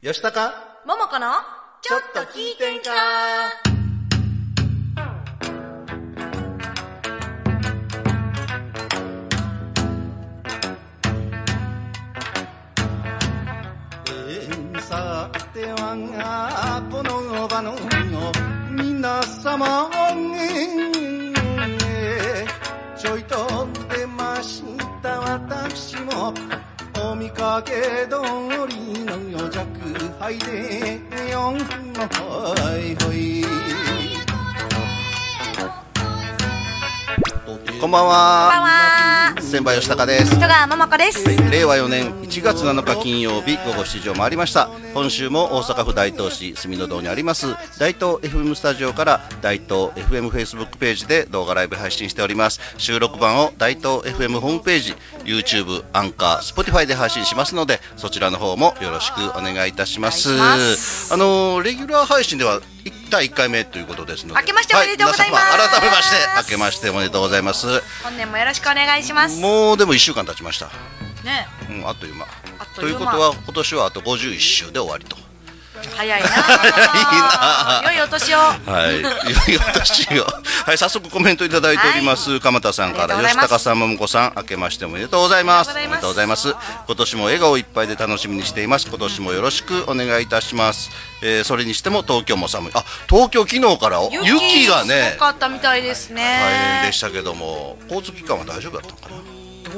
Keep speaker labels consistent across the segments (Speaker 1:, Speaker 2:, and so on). Speaker 1: よしたか
Speaker 2: ももこのちょっと聞いてんか
Speaker 1: えーさてはこの場の皆様えーちょいと出ました私もお見かけ通りの弱敗で四ほいほいこんばん
Speaker 2: こんばん
Speaker 1: は
Speaker 2: は
Speaker 1: 先輩吉高です
Speaker 2: 戸川ももこです
Speaker 1: 令和4年1月7日金曜日午後7時を回りました今週も大阪府大東市住の堂にあります大東 FM スタジオから大東 FM フェイスブックページで動画ライブ配信しております収録版を大東 FM ホームページ YouTube アンカー Spotify で配信しますのでそちらの方もよろしくお願いいたします
Speaker 2: お願いします
Speaker 1: あのーレギュラー配信では1対1回目ということですので
Speaker 2: 明けましておめでとうございます
Speaker 1: は皆様改めまして明けましておめでとうございます
Speaker 2: 本年もよろしくお願いしますね
Speaker 1: もうでも1週間経ちました
Speaker 2: え
Speaker 1: うん、あっという間
Speaker 2: あっ
Speaker 1: と
Speaker 2: と
Speaker 1: い
Speaker 2: いうう間
Speaker 1: ことは今年はあと51週で終わりと
Speaker 2: 早いな
Speaker 1: 早い
Speaker 2: 良
Speaker 1: な
Speaker 2: いお年を
Speaker 1: はい良いお年を はい早速コメントいただいております、鎌田さんか
Speaker 2: あ
Speaker 1: ら
Speaker 2: りがとうございます
Speaker 1: 吉高さん桃子さん明けましておめでとうございます
Speaker 2: あり
Speaker 1: おめ
Speaker 2: が
Speaker 1: で
Speaker 2: とうご
Speaker 1: とうござ
Speaker 2: ざ
Speaker 1: い
Speaker 2: い
Speaker 1: ま
Speaker 2: ますす
Speaker 1: 今年も笑顔いっぱいで楽しみにしています今年もよろしくお願いいたします、えーそれにしても東京も寒いあ東京昨日から雪がね
Speaker 2: すごかったみたいですね
Speaker 1: 大変でしたけども交通機関は大丈夫だったのかな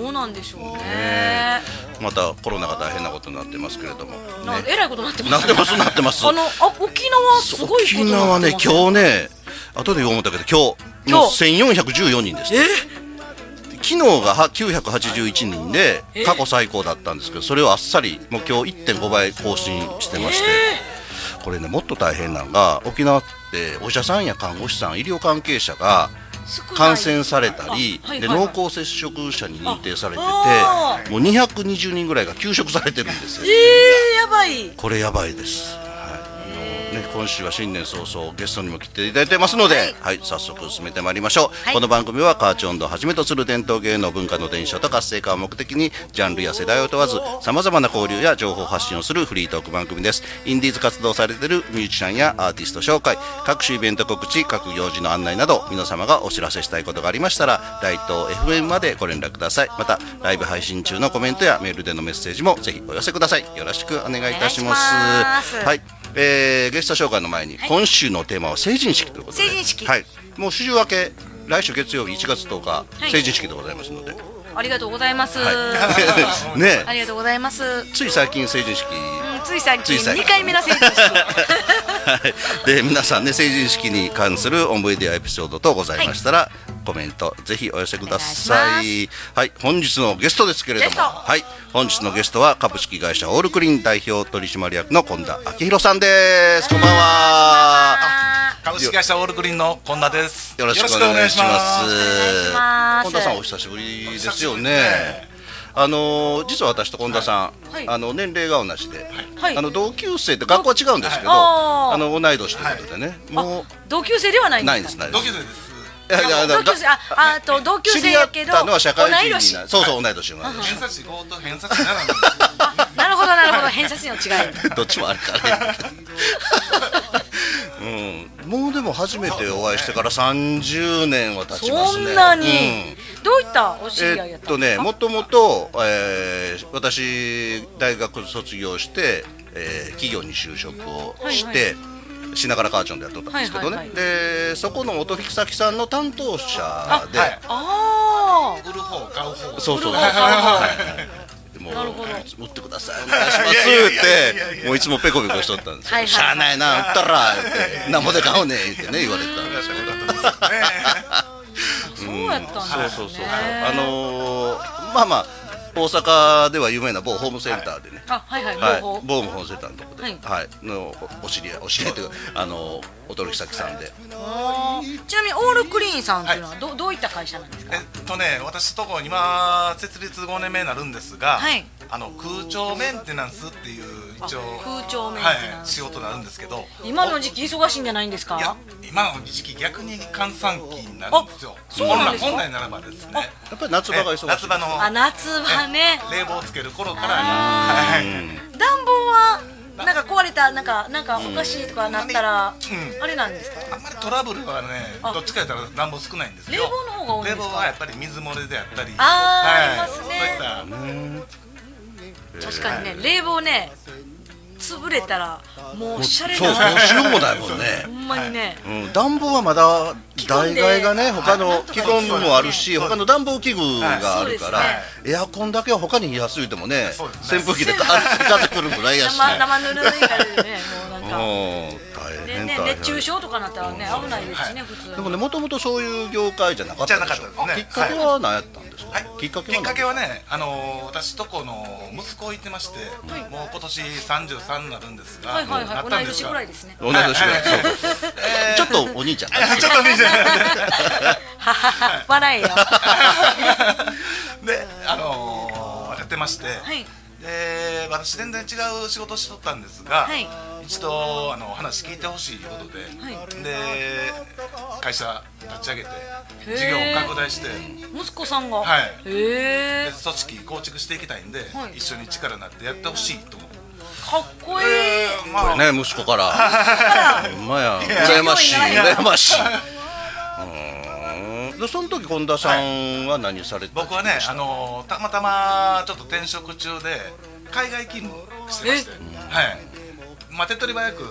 Speaker 2: どうなんでしょうね
Speaker 1: またコロナが大変なことになってますけれども、
Speaker 2: な
Speaker 1: ね、
Speaker 2: えらいことになってます
Speaker 1: なってますなってます
Speaker 2: あのあ沖縄すごいこと
Speaker 1: 沖
Speaker 2: に
Speaker 1: 縄
Speaker 2: なっ
Speaker 1: ね
Speaker 2: てます
Speaker 1: 今日ね後で言おう思ったけど今日の1414人です昨日がは981人で
Speaker 2: え
Speaker 1: 過去最高だったんですけどそれをあっさりもう今日1.5倍更新してまして、これねもっと大変なのが沖縄ってお医者さんや看護師さん医療関係者が
Speaker 2: 少ない
Speaker 1: 感染されたり、
Speaker 2: あはい
Speaker 1: で
Speaker 2: はい
Speaker 1: 濃
Speaker 2: はい
Speaker 1: 厚接触者に認定されて
Speaker 2: あ
Speaker 1: てもう220人ぐらいが休職されてるんですよ
Speaker 2: えー、やばい
Speaker 1: これやばいです。はい。あのね、今週は新年早々ゲストにも来ていただいてますので、はい、早速進めてまいりましょう。
Speaker 2: はい
Speaker 1: この番組はカーチ音頭をはじめとする伝統芸能文化の伝承と活性化を目的に、ジャンルや世代を問わず、さまざまな交流や情報発信をするフリートーク番組です。インディーズ活動されているミュージシャンやアーティスト紹介、各種イベント告知、各行事の案内など、皆様がお知らせしたいことがありましたら、大東 FM までご連絡ください。また、ライブ配信中のコメントやメールでのメッセージもぜひお寄せください。よろしくお願いいたします。お願いいたします。
Speaker 2: お願いします
Speaker 1: はい、えー、ゲスト紹介の前に、今週のテーマは成人式ということで。
Speaker 2: 成人式
Speaker 1: はい、もう週明け、来週月曜日1月10日、
Speaker 2: い
Speaker 1: 成人式でございますので。 は
Speaker 2: ありがとうございます、
Speaker 1: い。ね
Speaker 2: あ
Speaker 1: え、
Speaker 2: りがとうございます、うん、
Speaker 1: つい最近成人式。
Speaker 2: つい最
Speaker 1: つい
Speaker 2: 近
Speaker 1: 最近
Speaker 2: 2回目の成人式
Speaker 1: はい、で皆さんね成人式に関する思い出やエピソードとございましたら、コメントぜひお寄せくださ
Speaker 2: お願い
Speaker 1: いはい本日のゲストですけれど
Speaker 2: ゲ
Speaker 1: も
Speaker 2: スト
Speaker 1: はい本日のゲストは株式会社オールクリーン代表取締役の近田明宏さんですこんばんは
Speaker 3: 株式会社オールグリーンの近田です。
Speaker 1: よろしくお願いします。
Speaker 2: いします
Speaker 1: 本田さんお久しぶりですよ
Speaker 3: お久しぶり
Speaker 1: ね
Speaker 3: ですね。
Speaker 1: あのー実は私と近田さん、
Speaker 2: はい
Speaker 1: あの年齢が同じで、
Speaker 2: はい
Speaker 1: あの同級生って学校は違うんですけど、
Speaker 2: あー
Speaker 1: あの同い年ということでね、も
Speaker 2: 同級生ではないん
Speaker 1: う
Speaker 2: です
Speaker 1: な
Speaker 2: か
Speaker 1: いですないで
Speaker 3: 同級
Speaker 1: す。
Speaker 3: 生で
Speaker 1: いやいやあ
Speaker 3: す。
Speaker 1: の
Speaker 2: 同級生あああと同級
Speaker 1: 知
Speaker 2: 生
Speaker 1: り合
Speaker 2: や
Speaker 1: っ
Speaker 2: けど
Speaker 1: たのは社会人にな
Speaker 2: 同い年
Speaker 1: そうそう同い年同い
Speaker 3: 偏差値5と偏差値7なんですよ。
Speaker 2: あなるほどなるほど偏差値の違い
Speaker 1: 年。どっちもあ るからね。うん、もうでも初めてお会いしてから30年は経ちます
Speaker 2: そ
Speaker 1: ね。
Speaker 2: んなに、
Speaker 1: うん
Speaker 2: どういったお知り合い
Speaker 1: え
Speaker 2: や
Speaker 1: っ
Speaker 2: った
Speaker 1: と
Speaker 2: ん
Speaker 1: ね、
Speaker 2: ですか、
Speaker 1: もともと、えー私大学卒業して、えー企業に就職をして、
Speaker 2: は
Speaker 1: 品川カーチョンでやっとったんですけどね、
Speaker 2: はいはいはい
Speaker 1: でそこの音引先さんの担当者で、
Speaker 3: はい
Speaker 2: あ
Speaker 3: 売る方買う方。
Speaker 1: そうそう、
Speaker 2: ああ
Speaker 1: も
Speaker 2: なるほ
Speaker 1: う売ってくださいお願いします
Speaker 3: いやいやいやいや
Speaker 1: ってもういつもペコペコしとったんですよ、
Speaker 2: はいはい
Speaker 1: しゃあないな売ったらってなんぼで買うねってね言われてたんですけど
Speaker 2: そうやったんですね
Speaker 1: そうそうそうそう。あのーまあまあ大阪では有名な某ホームセンターでね。
Speaker 2: あはいはい、
Speaker 1: はい、
Speaker 2: も
Speaker 1: 某
Speaker 2: う
Speaker 1: ホームセンターのとこで、は
Speaker 2: はいい、
Speaker 1: のおお知り合い、お知り合いという か、あのお取引先さんで。
Speaker 2: あーちなみにオールクリーンさんっていうのはど,、どういった会社なんですか
Speaker 3: えっとね、私とこ今設立5年目になるんですが、
Speaker 2: はい
Speaker 3: あの空調メンテナンスっていう一応
Speaker 2: あ空調メンテナンス
Speaker 3: はい、仕事になるんですけど、
Speaker 2: 今の時期忙しいんじゃないんです
Speaker 3: いや
Speaker 2: か
Speaker 3: 今の時期逆に閑散期になるんですよ
Speaker 2: あ。そうなんですか
Speaker 3: 本来本来ならばですね。
Speaker 1: やっぱり夏場が忙しい。
Speaker 3: え夏場の
Speaker 2: あ夏はね
Speaker 3: 冷房をつける頃から
Speaker 2: あ
Speaker 3: はい
Speaker 2: 暖房はなんか壊れたなんかなんかおかしいとかなったら、
Speaker 3: うん
Speaker 2: あれなんですか
Speaker 3: あんまりトラブルはね
Speaker 2: あ
Speaker 3: どっちかやったら暖房少ないんですけど
Speaker 2: 冷房の方が多いん
Speaker 3: 冷
Speaker 2: です
Speaker 3: 房
Speaker 2: か
Speaker 3: はやっぱり水漏れであったり
Speaker 2: あー
Speaker 3: はい
Speaker 2: ありますね
Speaker 3: そういっ
Speaker 2: 確かにね冷房ね潰れたらもうシャ
Speaker 1: そう
Speaker 2: レ
Speaker 1: そう
Speaker 2: な
Speaker 1: しようもないもんね
Speaker 2: ほんまにね、
Speaker 1: うん、暖房はまだ代替がね
Speaker 2: 既存で
Speaker 1: 他
Speaker 2: は
Speaker 1: の
Speaker 2: い
Speaker 1: 既存もあるし
Speaker 3: そうです
Speaker 1: 他の暖房器具があるから、
Speaker 2: はい
Speaker 1: エアコンだけは他に冷やすいてもね
Speaker 3: そうですね
Speaker 1: 扇風機でガーッと風くるぐらい やし、
Speaker 2: 生
Speaker 1: ね、
Speaker 2: 生ぬるいからねもうなん
Speaker 1: うん
Speaker 2: か、
Speaker 1: 大
Speaker 2: ね
Speaker 1: 変
Speaker 2: ね
Speaker 1: 大変
Speaker 2: 熱中症とかなったらね危ないですしね普通
Speaker 1: でもねもともとそういう業界じゃなかったでし
Speaker 3: じゃな
Speaker 1: ょ
Speaker 3: かった
Speaker 1: き
Speaker 3: で
Speaker 1: っ
Speaker 3: すね
Speaker 1: かけは何やったんですか、
Speaker 3: はい、
Speaker 1: きっかけ
Speaker 3: き
Speaker 1: は何
Speaker 3: っかけはね、あのー私とこの息子をいてまして、もう今年33になるんですが、
Speaker 2: はいはいはい
Speaker 3: なったん
Speaker 2: 同い年ぐらいですね
Speaker 1: 同じ年ぐらい
Speaker 3: はいはいはい
Speaker 1: そう
Speaker 3: えー
Speaker 1: ちょっとお兄ちゃんだね
Speaker 3: ちょっと見て
Speaker 2: ははは笑 えよ
Speaker 3: で、あのーやってまして、
Speaker 2: はい
Speaker 3: で私全然違う仕事しとったんですが、
Speaker 2: はい
Speaker 3: 一度あの話聞いてほしいということで、
Speaker 2: はい
Speaker 3: で会社立ち上げて
Speaker 2: ー
Speaker 3: 事業を拡大して
Speaker 2: 息子さんが、
Speaker 3: はい
Speaker 2: へ
Speaker 3: で
Speaker 2: え
Speaker 3: 組織構築していきたいんで、
Speaker 2: はい
Speaker 3: 一緒に力になってやってほしいと思って、
Speaker 2: かっこいい、
Speaker 3: えーまあ
Speaker 1: ね息子からほんまや羨ましい
Speaker 2: いや
Speaker 1: 羨ましいうーんでその時本田さんは何されてたんです
Speaker 3: 僕
Speaker 1: か
Speaker 3: はね、あのーたまたまちょっと転職中で海外勤務してまして、はいまあ、手っ取り早く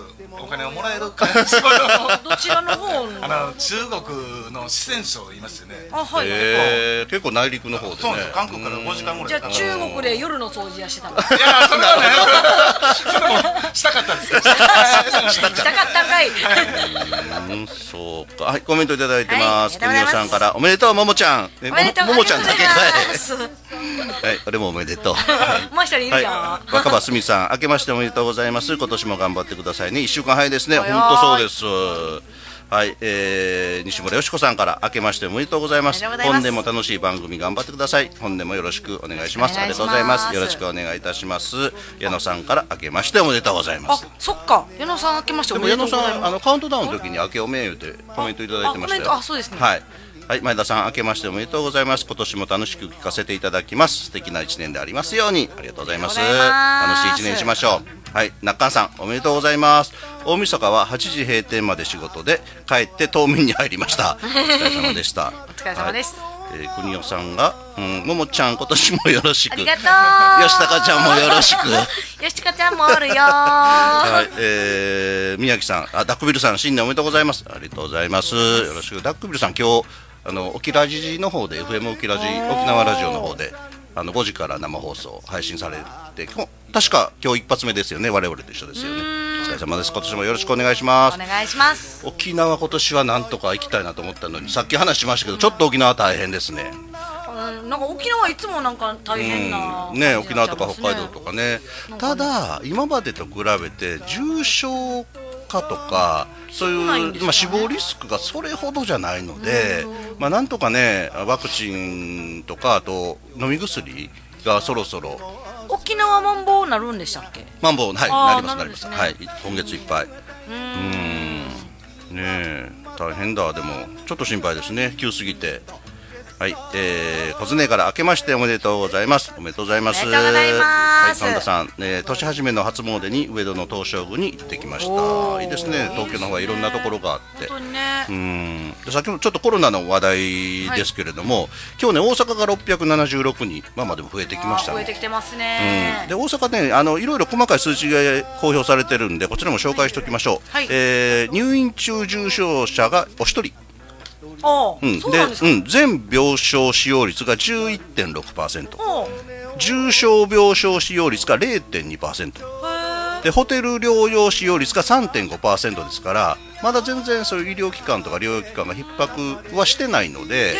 Speaker 3: お金をもらえる感じ
Speaker 2: どちらの方の
Speaker 3: あの中国の四川省いますよね
Speaker 2: あはい、
Speaker 1: えー結構内陸の方で
Speaker 3: そうなんです
Speaker 1: ね
Speaker 3: よ韓国から5時間ぐ
Speaker 2: じゃ
Speaker 3: らい
Speaker 2: あ
Speaker 3: かかる
Speaker 2: 中国で夜の掃除や してたの
Speaker 3: いやそれはねそれもしたかったんですけ ど
Speaker 2: したかったんかい
Speaker 1: うんそうかはいコメントいただいてま
Speaker 2: はい
Speaker 1: す国
Speaker 2: ありがとうござい
Speaker 1: 尾
Speaker 2: ます
Speaker 1: さんからおめでとうももちゃんえ
Speaker 2: おめでとう
Speaker 1: ももちゃんだけかい
Speaker 2: ありがとうございます
Speaker 1: はい俺もおめでと う
Speaker 2: もう一人いる
Speaker 1: はい、
Speaker 2: よ、
Speaker 1: 若葉すみさん、明けましておめでとうございます。今年も頑張ってくださいね。一週間早いですね。
Speaker 2: は
Speaker 1: 本
Speaker 2: い
Speaker 1: 当そうです。はい、えー、西村よしこさんから明けましておめでとうございます。
Speaker 2: おめでとうござい
Speaker 1: 本
Speaker 2: ます
Speaker 1: 年も楽しい番組頑張ってください。本年もよろしくお願いしま
Speaker 2: お
Speaker 1: す。あ
Speaker 2: 願
Speaker 1: り
Speaker 2: いし
Speaker 1: が
Speaker 2: ます
Speaker 1: とうございます。よろしくお願いいたします。矢野さんから明けましておめでとうございま
Speaker 2: あ
Speaker 1: す。
Speaker 2: そっか矢野さん明けましてお
Speaker 1: でも
Speaker 2: めで
Speaker 1: 矢
Speaker 2: と
Speaker 1: 野
Speaker 2: うござい
Speaker 1: さん、あ
Speaker 2: ます
Speaker 1: のカウントダウンの時に明けおめえでコメントいただいてま
Speaker 2: あコ
Speaker 1: した
Speaker 2: メン
Speaker 1: よ。
Speaker 2: トあそうですね
Speaker 1: はい。はい、前田さん、明けましておめでとうございます。今年も楽しく聞かせていただきます。素敵な一年でありますように。ありがとうございま
Speaker 2: あ
Speaker 1: す。
Speaker 2: りがとうございます
Speaker 1: 楽しい一年にしましょう。はい、中川さん、おめでとうございます。大晦日は8時閉店まで仕事で、帰って冬眠に入りま した。お疲れ様でし
Speaker 2: お
Speaker 1: た。
Speaker 2: 疲れ様です
Speaker 1: はい。えー、国尾さんが、うん、ももちゃん、今年もよろしく。
Speaker 2: ありがとう
Speaker 1: 吉高ちゃんもよろしく
Speaker 2: 吉高ちゃんもおるよー
Speaker 1: はい、えー、宮城さん、あ、ダックビルさん、新年おめでとうございます。ありがとうございます。よろしく、ダックビルさん、今日、あの、沖ラジの方で、FM 沖ラジ、沖縄ラジオの方で。あの、5時から生放送配信されて、今日確か、今日一発目ですよね、我々と一緒ですよね。お疲れ様です。今年もよろしくお願いしま
Speaker 2: お
Speaker 1: す。
Speaker 2: 願いします
Speaker 1: 沖縄今年はなんとか行きたいなと思ったのに、さっき話しましたけど、ちょっと沖縄大変ですね。
Speaker 2: うんなんか沖縄いつもなんか大変な、
Speaker 1: ね、沖縄とか北海道とかねただ今までと比べて重症化とかそう
Speaker 2: 少ない
Speaker 1: い
Speaker 2: ん
Speaker 1: う、
Speaker 2: ですかね
Speaker 1: まあ、死亡リスクがそれほどじゃないので、まあ、なんとかねワクチンとかあと飲み薬がそろそろ
Speaker 2: 沖縄マンボウなるんでしたっけ
Speaker 1: マンボウはい
Speaker 2: あー
Speaker 1: なります
Speaker 2: な
Speaker 1: な
Speaker 2: る
Speaker 1: り
Speaker 2: んで
Speaker 1: ますす、
Speaker 2: ね
Speaker 1: はい今月いっぱいうんねえ大変だでもちょっと心配ですね急すぎてはいえー、小常から明けましておめでとうございますおめでとうございます
Speaker 2: おめでとうございます
Speaker 1: はい、本田さん、えー、年始めの初詣に上野の東照宮に行ってきまし
Speaker 2: お
Speaker 1: た
Speaker 2: ー
Speaker 1: いいですね東京の方はいろんなところがあって
Speaker 2: 本当にね
Speaker 1: うんで先ほどちょっとコロナの話題ですけれども、今日ね大阪が676人まあまあでも増えてきました
Speaker 2: あー
Speaker 1: ね
Speaker 2: 増えてきてます
Speaker 1: うん
Speaker 2: ね
Speaker 1: で大阪ねあのいろいろ細かい数字が公表されてるんでこちらも紹介しておきましょう、
Speaker 2: はい
Speaker 1: えー入院中重症者がお一人、
Speaker 2: あ
Speaker 1: うん
Speaker 2: ーそうなんですか
Speaker 1: うん全病床使用率が11.6%
Speaker 2: おー
Speaker 1: 重症病床使用率が0.2%
Speaker 2: へー
Speaker 1: でホテル療養使用率が3.5%ですからまだ全然そういう医療機関とか療養機関が逼迫はしてないの
Speaker 2: っ
Speaker 1: で
Speaker 2: て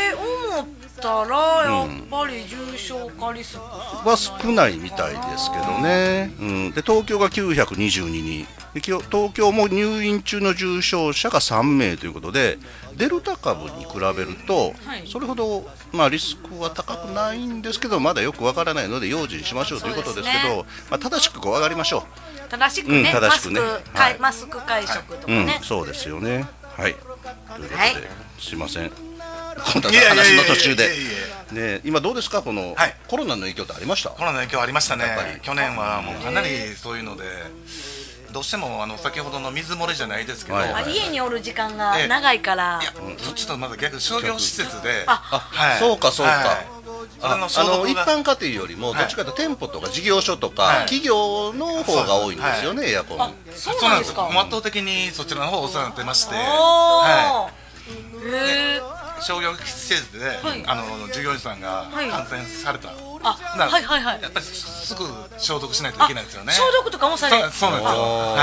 Speaker 2: 思ったらやっぱり重症化リスク
Speaker 1: は少ないみたいですけどね、うん、で東京が922人できょ東京も入院中の重症者が3名ということでデルタ株に比べると、
Speaker 2: はい
Speaker 1: それほど、まあ、リスクは高くないんですけどまだよくわからないので用心しましょうということですけ
Speaker 2: そう
Speaker 1: ど、まあ、正しく怖がりましょ
Speaker 2: 正しくね,、
Speaker 1: うん正しくね
Speaker 2: マスクかい、
Speaker 1: はい
Speaker 2: マスク会食とか
Speaker 1: う、うん
Speaker 2: ね、
Speaker 1: そうですよねはいということで、
Speaker 2: はい
Speaker 1: すいません今度
Speaker 3: いやいやいや
Speaker 1: 話の途中で
Speaker 3: いやいやいや
Speaker 1: ね今どうですかこの、
Speaker 3: はい
Speaker 1: コロナの影響ってありました
Speaker 3: コロナの影響ありましたね
Speaker 1: やっぱり
Speaker 3: 去年はもうかなりそういうのでどうしてもあの先ほどの水漏れじゃないですけど、
Speaker 1: はい
Speaker 2: あ
Speaker 1: はい
Speaker 2: 家におる時間が長いから
Speaker 3: いや、そっちとまだ逆に商業施設で、
Speaker 2: あ
Speaker 3: はい
Speaker 1: そうかそうか
Speaker 3: はいそれ
Speaker 1: あ
Speaker 3: の
Speaker 1: あ
Speaker 3: 消毒
Speaker 1: の一
Speaker 3: が
Speaker 1: 般家庭よりもどっちかというと店舗とか事業所とか、
Speaker 3: はい
Speaker 1: 企業の方が多いんですよね、エアコン
Speaker 2: あそうなんですか
Speaker 3: もう圧倒的にそちらの方お世話になってまして、
Speaker 2: お
Speaker 3: は
Speaker 2: ーへえ
Speaker 3: い、商業施設で、
Speaker 2: い
Speaker 3: あの従業員さんが
Speaker 2: はい
Speaker 3: 感染された、
Speaker 2: あ
Speaker 3: な
Speaker 2: はいはいはい
Speaker 3: やっぱりすぐ消毒しないとい
Speaker 2: あ
Speaker 3: けないですよね。
Speaker 2: 消毒とかもされる
Speaker 3: そうそうなんです
Speaker 1: おー
Speaker 3: よ。は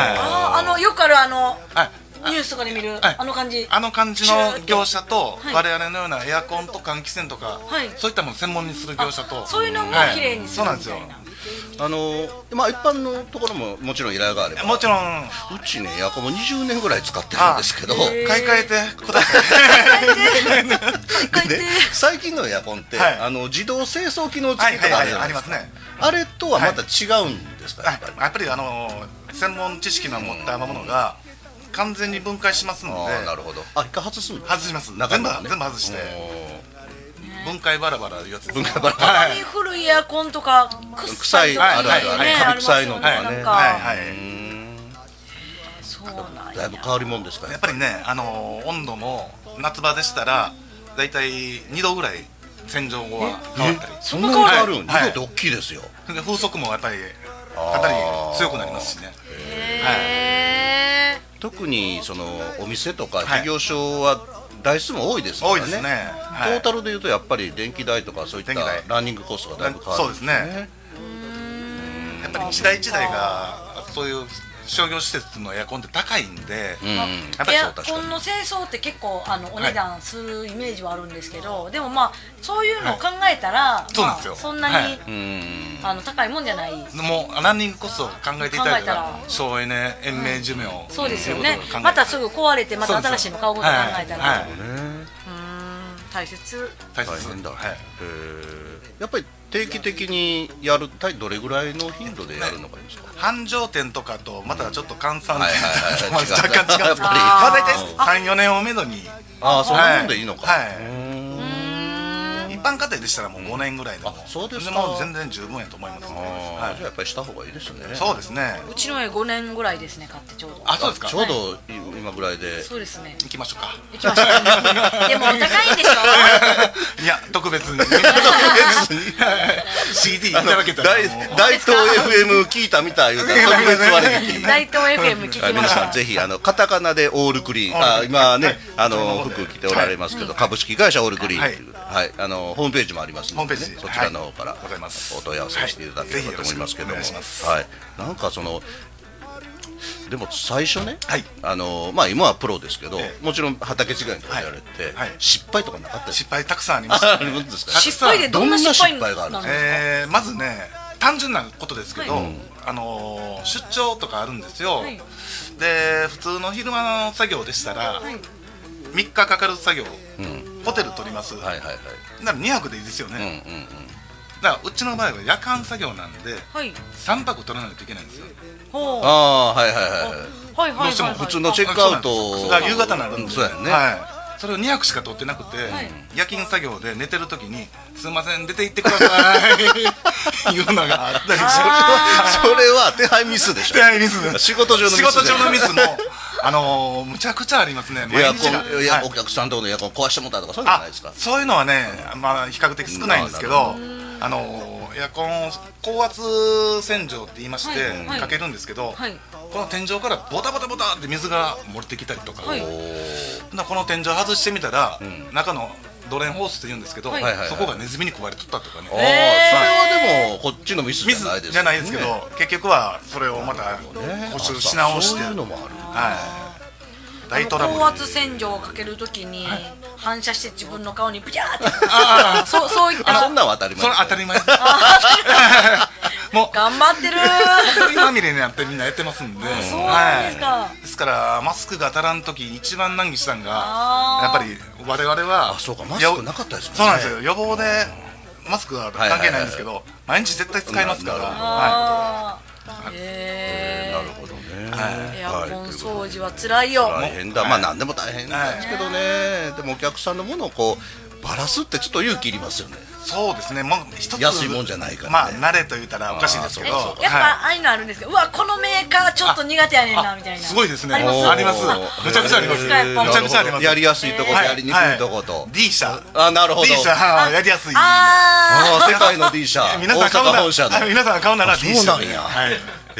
Speaker 2: あーあのよくあるあの
Speaker 3: い。はい
Speaker 2: ニュースとかで見る
Speaker 3: はい
Speaker 2: あの感じ
Speaker 3: あの感じの業者と
Speaker 2: はい
Speaker 3: 我々のようなエアコンと換気扇とか、
Speaker 2: はい
Speaker 3: そういったものを専門にする業者と
Speaker 2: あそういうのも
Speaker 3: は
Speaker 2: 綺麗にする
Speaker 3: そう
Speaker 2: みた
Speaker 3: ないん
Speaker 2: な
Speaker 3: ですよ
Speaker 1: あのまあ一般のところももちろん依頼があれば
Speaker 3: もちろん
Speaker 1: うちねエアコンも20年ぐらい使ってるんですけど、
Speaker 2: へー
Speaker 3: 買い替えてください
Speaker 2: 買い替え
Speaker 1: で
Speaker 2: て
Speaker 1: 最近のエアコンって、
Speaker 3: はい
Speaker 1: あの自動清掃機能付
Speaker 3: は
Speaker 1: き
Speaker 3: い
Speaker 1: と
Speaker 3: はい
Speaker 1: かあ
Speaker 3: は
Speaker 1: る
Speaker 3: い
Speaker 1: じゃな
Speaker 3: あ
Speaker 1: いで
Speaker 3: りますす
Speaker 1: か、
Speaker 3: ね
Speaker 1: あれとはまた違うんですか、
Speaker 3: は
Speaker 1: やっぱり
Speaker 3: いやっぱりあの専門知識の持ったものが完全に分解しますの
Speaker 1: ああな
Speaker 3: で
Speaker 1: るほどあ一回外すんだ
Speaker 3: 外します全部
Speaker 1: 中身をね
Speaker 3: 全部外して
Speaker 1: お
Speaker 3: 分解バラバラいうやつです
Speaker 1: 分解バラバラ
Speaker 3: はい
Speaker 2: に古いエアコンとか臭いとか
Speaker 3: 臭いあるあるある
Speaker 2: ね
Speaker 3: カ
Speaker 1: ビ臭いのとかね
Speaker 2: ありますよなんか
Speaker 3: はいはい
Speaker 2: そうなん
Speaker 1: ーだい
Speaker 2: や
Speaker 1: ぶ変わりもんですか
Speaker 3: や
Speaker 1: ね
Speaker 3: っぱりね、あの温度も夏場でしたら、だいたい2度ぐらい洗浄後は変わったり、
Speaker 1: そんなことあるん
Speaker 3: はい
Speaker 1: だって大きいですよ
Speaker 3: で風速もやっぱり
Speaker 1: あー
Speaker 3: かなり強くなりますしね。
Speaker 2: へえ
Speaker 1: 特にそのお店とか事業所は台数も多いですから
Speaker 3: 多
Speaker 1: ね
Speaker 3: いですね。
Speaker 1: ト
Speaker 3: はい
Speaker 1: ータルでいうとやっぱり電気代とかそういった
Speaker 3: 電気代
Speaker 1: ランニングコストがだいぶ変わる
Speaker 3: そうですね。やっぱり一台一台がそういう商業施設のエアコンって高いんで、
Speaker 1: うん
Speaker 3: やっぱり
Speaker 2: エ
Speaker 3: そう
Speaker 2: ア
Speaker 3: 確
Speaker 2: コ
Speaker 3: か
Speaker 2: ン
Speaker 3: に。
Speaker 2: の清掃って結構あのお値段するイメージはあるんですけど、でもまあそういうのを考えたら、
Speaker 3: そう
Speaker 2: ま
Speaker 3: なん
Speaker 2: あ、
Speaker 3: ですよ
Speaker 2: そんなに、
Speaker 3: はい
Speaker 1: うん
Speaker 2: あの高いもんじゃない
Speaker 3: もうランニングコストを考えていただ
Speaker 2: 考
Speaker 3: いたら
Speaker 2: えたら
Speaker 3: 省エネ延命寿命を
Speaker 2: そうですよ
Speaker 3: とい
Speaker 2: ね
Speaker 3: うことを考え
Speaker 2: また
Speaker 3: て
Speaker 2: すぐ壊れてまた新しいの買うことを考えたら、
Speaker 3: はいはい
Speaker 2: うん大切
Speaker 3: 大
Speaker 1: 大
Speaker 3: 切
Speaker 1: 変だ、
Speaker 3: はい
Speaker 1: へーやっぱり定期的にやるたいどれぐらいの頻度でやるのがいいんですか、
Speaker 3: 繁盛店とかとまたちょっと換算
Speaker 1: はいはいはい
Speaker 3: 点と若干違うん
Speaker 1: や
Speaker 3: で
Speaker 1: っぱ
Speaker 3: す
Speaker 1: り
Speaker 3: まあ大体34年をめどに
Speaker 1: ああそんなもんでいいのか、
Speaker 3: はいはいう
Speaker 1: ーん
Speaker 3: 一般家庭でしたらもう5年ぐらいでも
Speaker 1: あそうですか
Speaker 3: もう全然十分やと思いますね
Speaker 1: あ
Speaker 3: は
Speaker 1: ーじゃあやっぱりした方がいいですね
Speaker 3: いそうですね
Speaker 2: うちの家5年ぐらいですね買ってちょうど
Speaker 3: あそうですか
Speaker 1: ちょうどい今ぐらいで
Speaker 2: そうですね
Speaker 3: 行きましょうか
Speaker 2: 行きましょうでもお高いんでしょ
Speaker 3: いや特 別に特別に CD いただけたら
Speaker 1: 大
Speaker 3: もう
Speaker 1: 大東 FM 聞いたみ たい言うたら特別割引
Speaker 2: 大東 FM 聞き
Speaker 1: あ
Speaker 2: ま
Speaker 1: 皆
Speaker 2: し
Speaker 1: さ
Speaker 2: た
Speaker 1: んぜひあのカタカナでオールクリーンあ今ねあの服着ておられますけど株式会社オールクリーンっていうはいあのホームページもありますのでね
Speaker 3: ホームページ
Speaker 1: そちらの方から
Speaker 3: はいございます
Speaker 1: お問い合わせしていただければと思いますけども
Speaker 3: は
Speaker 1: はい
Speaker 3: ぜひよろしくお
Speaker 1: いなんかそのでも最初ね
Speaker 3: はい
Speaker 1: あのまあ今はプロですけど
Speaker 3: え
Speaker 1: もちろん畑違いにやられて
Speaker 3: はいはい
Speaker 1: 失敗とかなかったです
Speaker 3: 失敗たくさんあります
Speaker 1: あるんですか
Speaker 2: 失敗でどんな失敗
Speaker 1: どんな失敗がある
Speaker 2: なの
Speaker 3: えーまずね単純なことですけど、
Speaker 2: はい
Speaker 3: あのー出張とかあるんですよ、
Speaker 2: はい
Speaker 3: で普通の昼間の作業でしたら、
Speaker 2: はい
Speaker 3: 3日かかる作業、ホテル取ります、
Speaker 1: はいはいはい
Speaker 3: なら2泊でいいですよね、
Speaker 1: うんうんうん
Speaker 3: だからうちの場合は夜間作業なんで
Speaker 2: はい
Speaker 3: 3泊取らないといけないんですよ
Speaker 2: ほう
Speaker 1: ああはいはいはいはい
Speaker 2: はいはいはいはい
Speaker 3: どうしても
Speaker 1: 普通のチェックアウト
Speaker 3: が夕方になるんで
Speaker 1: そうやね
Speaker 3: はい、それを2泊しか取ってなくて、
Speaker 2: い
Speaker 3: 夜勤作業で寝てる時に「すいません出て行ってくださ い」いうのがあったりして
Speaker 1: それは手配ミスでし
Speaker 3: 手
Speaker 1: ょ
Speaker 3: 配ミス
Speaker 1: 仕事上のミス
Speaker 3: 仕事上のミスもあのーむちゃくちゃありますね
Speaker 1: エア
Speaker 3: 毎日が
Speaker 1: コンいや、
Speaker 3: はい
Speaker 1: お客さんとこのエアコン壊してもらったとかそういうのじゃな
Speaker 3: あ
Speaker 1: いですか
Speaker 3: そういうのはねまあ比較的少ないんですけ
Speaker 1: ま
Speaker 3: どあのーエアコンを高圧洗浄って言いまして、
Speaker 2: はいはい
Speaker 3: かけるんですけど、
Speaker 2: はい
Speaker 3: この天井からボタボタボタって水が漏れてきたりとか、
Speaker 2: はい
Speaker 1: おー
Speaker 3: なこの天井外してみたら、中のドレンホースって言うんですけど、
Speaker 2: はいはい
Speaker 1: はいはい
Speaker 3: そこがネズミに食われとったとかね
Speaker 1: あー、それはでもこっちのミスじ
Speaker 3: ミ
Speaker 1: ゃ
Speaker 3: ス
Speaker 1: ないです
Speaker 3: じゃないですけど、
Speaker 1: ね
Speaker 3: 結局はそれをまた
Speaker 1: ね
Speaker 3: 補修し直して、
Speaker 1: あそういうのもある
Speaker 3: はい、大トラブル
Speaker 2: 高圧洗浄をかけるときに反射して自分の顔にブチャーって
Speaker 3: あ
Speaker 2: そうそういっ
Speaker 1: あそ
Speaker 2: た
Speaker 1: んなんは当たり
Speaker 3: そ
Speaker 1: 前
Speaker 3: れ当たり 前ですも う
Speaker 2: 頑張ってる
Speaker 3: 鳥まみれになってみんなやってますんで
Speaker 2: そうなんですか
Speaker 3: はい、ですからマスクが足らん時一番難儀したんが
Speaker 2: あー
Speaker 3: やっぱり我々は
Speaker 1: あそうかマスクなかったですもんね
Speaker 3: そうなんですよ予防でマスクは関係ないんですけど、毎日絶対使いますから、
Speaker 1: なるほど
Speaker 3: は
Speaker 2: あーへ
Speaker 1: なる
Speaker 2: ー
Speaker 1: ほどね
Speaker 2: エア
Speaker 1: はい
Speaker 2: コン
Speaker 1: ということで
Speaker 2: 掃除は辛いよ
Speaker 1: 大変だまあ何でも大変なんですけどねでもお客さんのものをこうバラすってちょっと勇気いりますよね
Speaker 3: い、そうですねもう一つ
Speaker 1: 安いもんじゃないからね
Speaker 3: まあ慣れと言ったらおかしいんですけ
Speaker 2: え
Speaker 3: ど
Speaker 2: やっ
Speaker 3: はい
Speaker 2: ぱああいうのあるんですけどうわこのメーカーちょっと苦手やねんなみたいな
Speaker 3: すごいですね
Speaker 2: あります
Speaker 1: おー
Speaker 3: ありますめちゃくちゃあります
Speaker 2: いいですかやっぱ
Speaker 3: めちゃくちゃあります
Speaker 1: やりやすいとこ
Speaker 3: は
Speaker 1: と
Speaker 3: い
Speaker 1: やりにくいとこと、
Speaker 3: はい D 社
Speaker 1: あなるほど
Speaker 3: D 社はいやりやすい
Speaker 2: あ
Speaker 1: ああ世界の D 社大
Speaker 3: 皆さん買う
Speaker 1: 阪
Speaker 3: な
Speaker 1: 本社の
Speaker 3: あ皆さん買うなら
Speaker 1: あ
Speaker 3: D
Speaker 1: そう
Speaker 3: 社
Speaker 1: なんや
Speaker 3: はい
Speaker 1: へ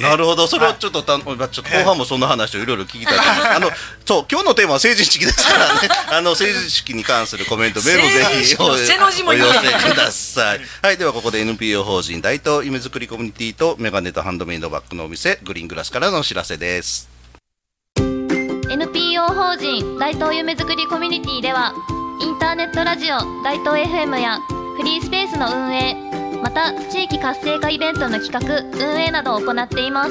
Speaker 1: え。なるほど、それはちょっとた、まあちょっと後半もその話をいろいろ聞きたいと思います。あの、そう、今日のテーマは成人式ですからね。あの、成人式に関するコメント、メールをぜ
Speaker 2: 成人
Speaker 1: ひ
Speaker 2: 式
Speaker 1: お
Speaker 2: の背の字も
Speaker 1: お
Speaker 2: いい
Speaker 1: 寄
Speaker 2: な
Speaker 1: せください。はい、ではここで NPO 法人大東夢作りコミュニティとメガネとハンドメイドバッグのお店、グリーングラスからのお知らせです。
Speaker 4: NPO 法人大東夢づくりコミュニティではインターネットラジオ大東 FM やフリースペースの運営また地域活性化イベントの企画運営などを行っています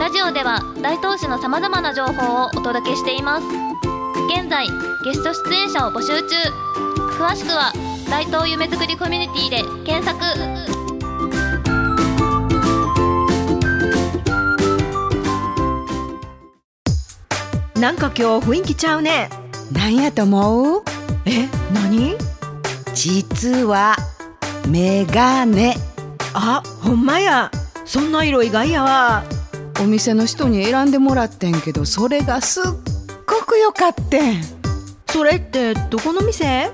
Speaker 4: ラジオでは大東市のさまざまな情報をお届けしています現在ゲスト出演者を募集中詳しくは大東夢づくりコミュニティで検索
Speaker 5: なんか今日雰囲気ちゃうねなんやと思うえ、何実はメガネあ、ほんまやそんな色意外やわお店の人に選んでもらってんけどそれがすっごく良かってんそれってどこの店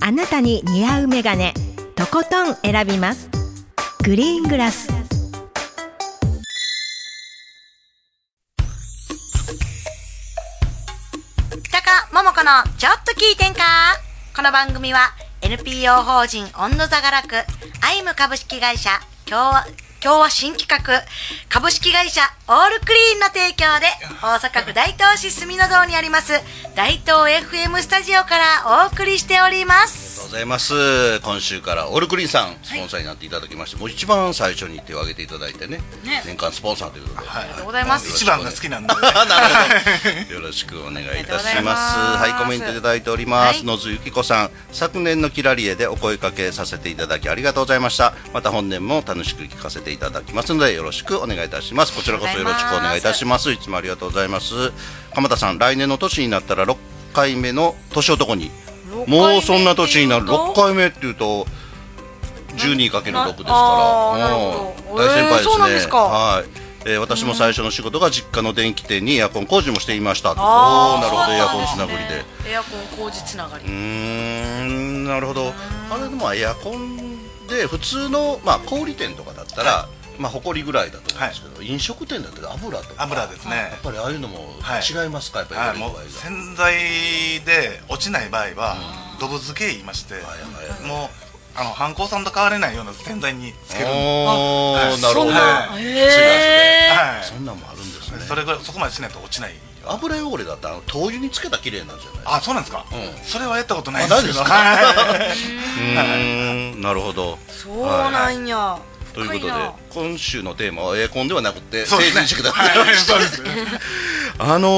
Speaker 6: あなたに似合うメガネとことん選びますグリーングラス
Speaker 7: 北か桃子のちょっと聞いてんかこの番組は NPO 法人温度座が楽アイム株式会社今日は今日は新企画株式会社オールクリーンの提供で大阪府大東市住の堂にあります大東 FM スタジオからお送りしております
Speaker 1: ありがとうございます今週からオールクリーンさんスポンサーになっていただきまして、もう一番最初に手を挙げていただいてね
Speaker 2: ね
Speaker 1: 年間スポンサーということで、
Speaker 3: はいありがとう
Speaker 2: ございます
Speaker 3: 一番が好きなんで
Speaker 1: あ なるほど。よろしくお願いいた
Speaker 2: あ
Speaker 1: します。
Speaker 2: りがとうございます
Speaker 1: はい、コメントいただいております。
Speaker 2: はい
Speaker 1: 野津ゆき子さん、昨年のキラリエでお声掛けさせていただきありがとうございました。また本年も楽しく聞かせていただきますのでよろしくお願いいたします。こちらこそよろしくお願いいたします。いつもありがとうございます。鎌田さん、来年の年になったら6回目の年男に。もうそんな年になる。6回目っていうと。12×6 です
Speaker 2: な
Speaker 1: から、
Speaker 2: あーなるほど
Speaker 1: うん大先輩ですね、
Speaker 2: えーそうなんですか
Speaker 1: はい、えー私も最初の仕事が実家の電気店にエアコン工事もしていましたおお
Speaker 2: あ
Speaker 1: ー
Speaker 2: ー
Speaker 1: なるほどエアコンつ
Speaker 2: そ
Speaker 1: な
Speaker 2: う
Speaker 1: ぐり
Speaker 2: ん
Speaker 1: です
Speaker 2: ねエアコン工事つながり
Speaker 1: うーんなるほどあれでもエアコンで普通の、まあ、小売店とかだったら、まあ埃ぐらいだと思うんですけど、飲食店だったら油とか
Speaker 3: 油ですね
Speaker 1: やっぱりああいうのも
Speaker 3: はい
Speaker 1: 違いますか、やっぱ
Speaker 3: はい
Speaker 1: り
Speaker 3: も
Speaker 1: 色
Speaker 3: う
Speaker 1: 合いが
Speaker 3: 洗剤で落ちない場合はドブ漬け言いまして
Speaker 1: はいはい
Speaker 3: もうあのハンコウさんと変われないような洗剤につけるんで
Speaker 1: おー
Speaker 3: はい
Speaker 1: なるほど
Speaker 3: そんな
Speaker 1: はい
Speaker 2: へ
Speaker 3: は
Speaker 1: そ
Speaker 3: い
Speaker 1: んなんもあるんですね
Speaker 3: それぐらいそこまでしないと落ちない
Speaker 1: 油汚れだったらあの灯油につけたら綺麗なんじゃない
Speaker 3: あそうなんですか
Speaker 1: うん
Speaker 3: それはやったことないんですけど
Speaker 1: あ
Speaker 3: はい
Speaker 1: うんなるほど
Speaker 2: ーそうなんや
Speaker 1: ということで
Speaker 2: 深な
Speaker 1: 今週のテーマはエアコンではなくて
Speaker 3: そう
Speaker 1: 成
Speaker 3: ですね
Speaker 1: 人式だった
Speaker 3: はいそうです
Speaker 1: あの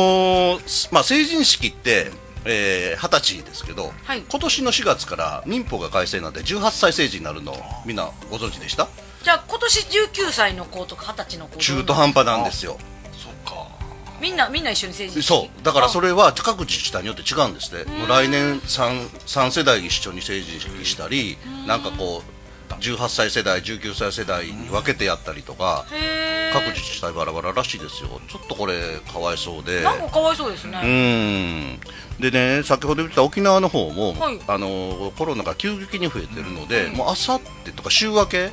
Speaker 1: ーすまあ、成人式ってえー二十、歳ですけど、
Speaker 2: はい
Speaker 1: 今年の4月から民法が改正なんで18歳成人になるのみんなご存知でした
Speaker 2: じゃあ今年19歳の子とか20歳の子
Speaker 1: 中途半端なんですよ
Speaker 3: そっか
Speaker 2: みんなみんな一緒に成人式
Speaker 1: そうだからそれは各自治体によって違うんですってもう来年 3, 三世代一緒に成人式したりなんかこう18歳世代19歳世代に分けてやったりとか
Speaker 2: へ
Speaker 1: 各
Speaker 2: え
Speaker 1: 自治体バラバラらしいですよちょっとこれかわいそうで
Speaker 2: なんかかわいそうです
Speaker 1: う
Speaker 2: ね
Speaker 1: ーんでね先ほど言った沖縄の方も、
Speaker 2: はい
Speaker 1: あのコロナが急激に増えてるので、もうあさってとか週明け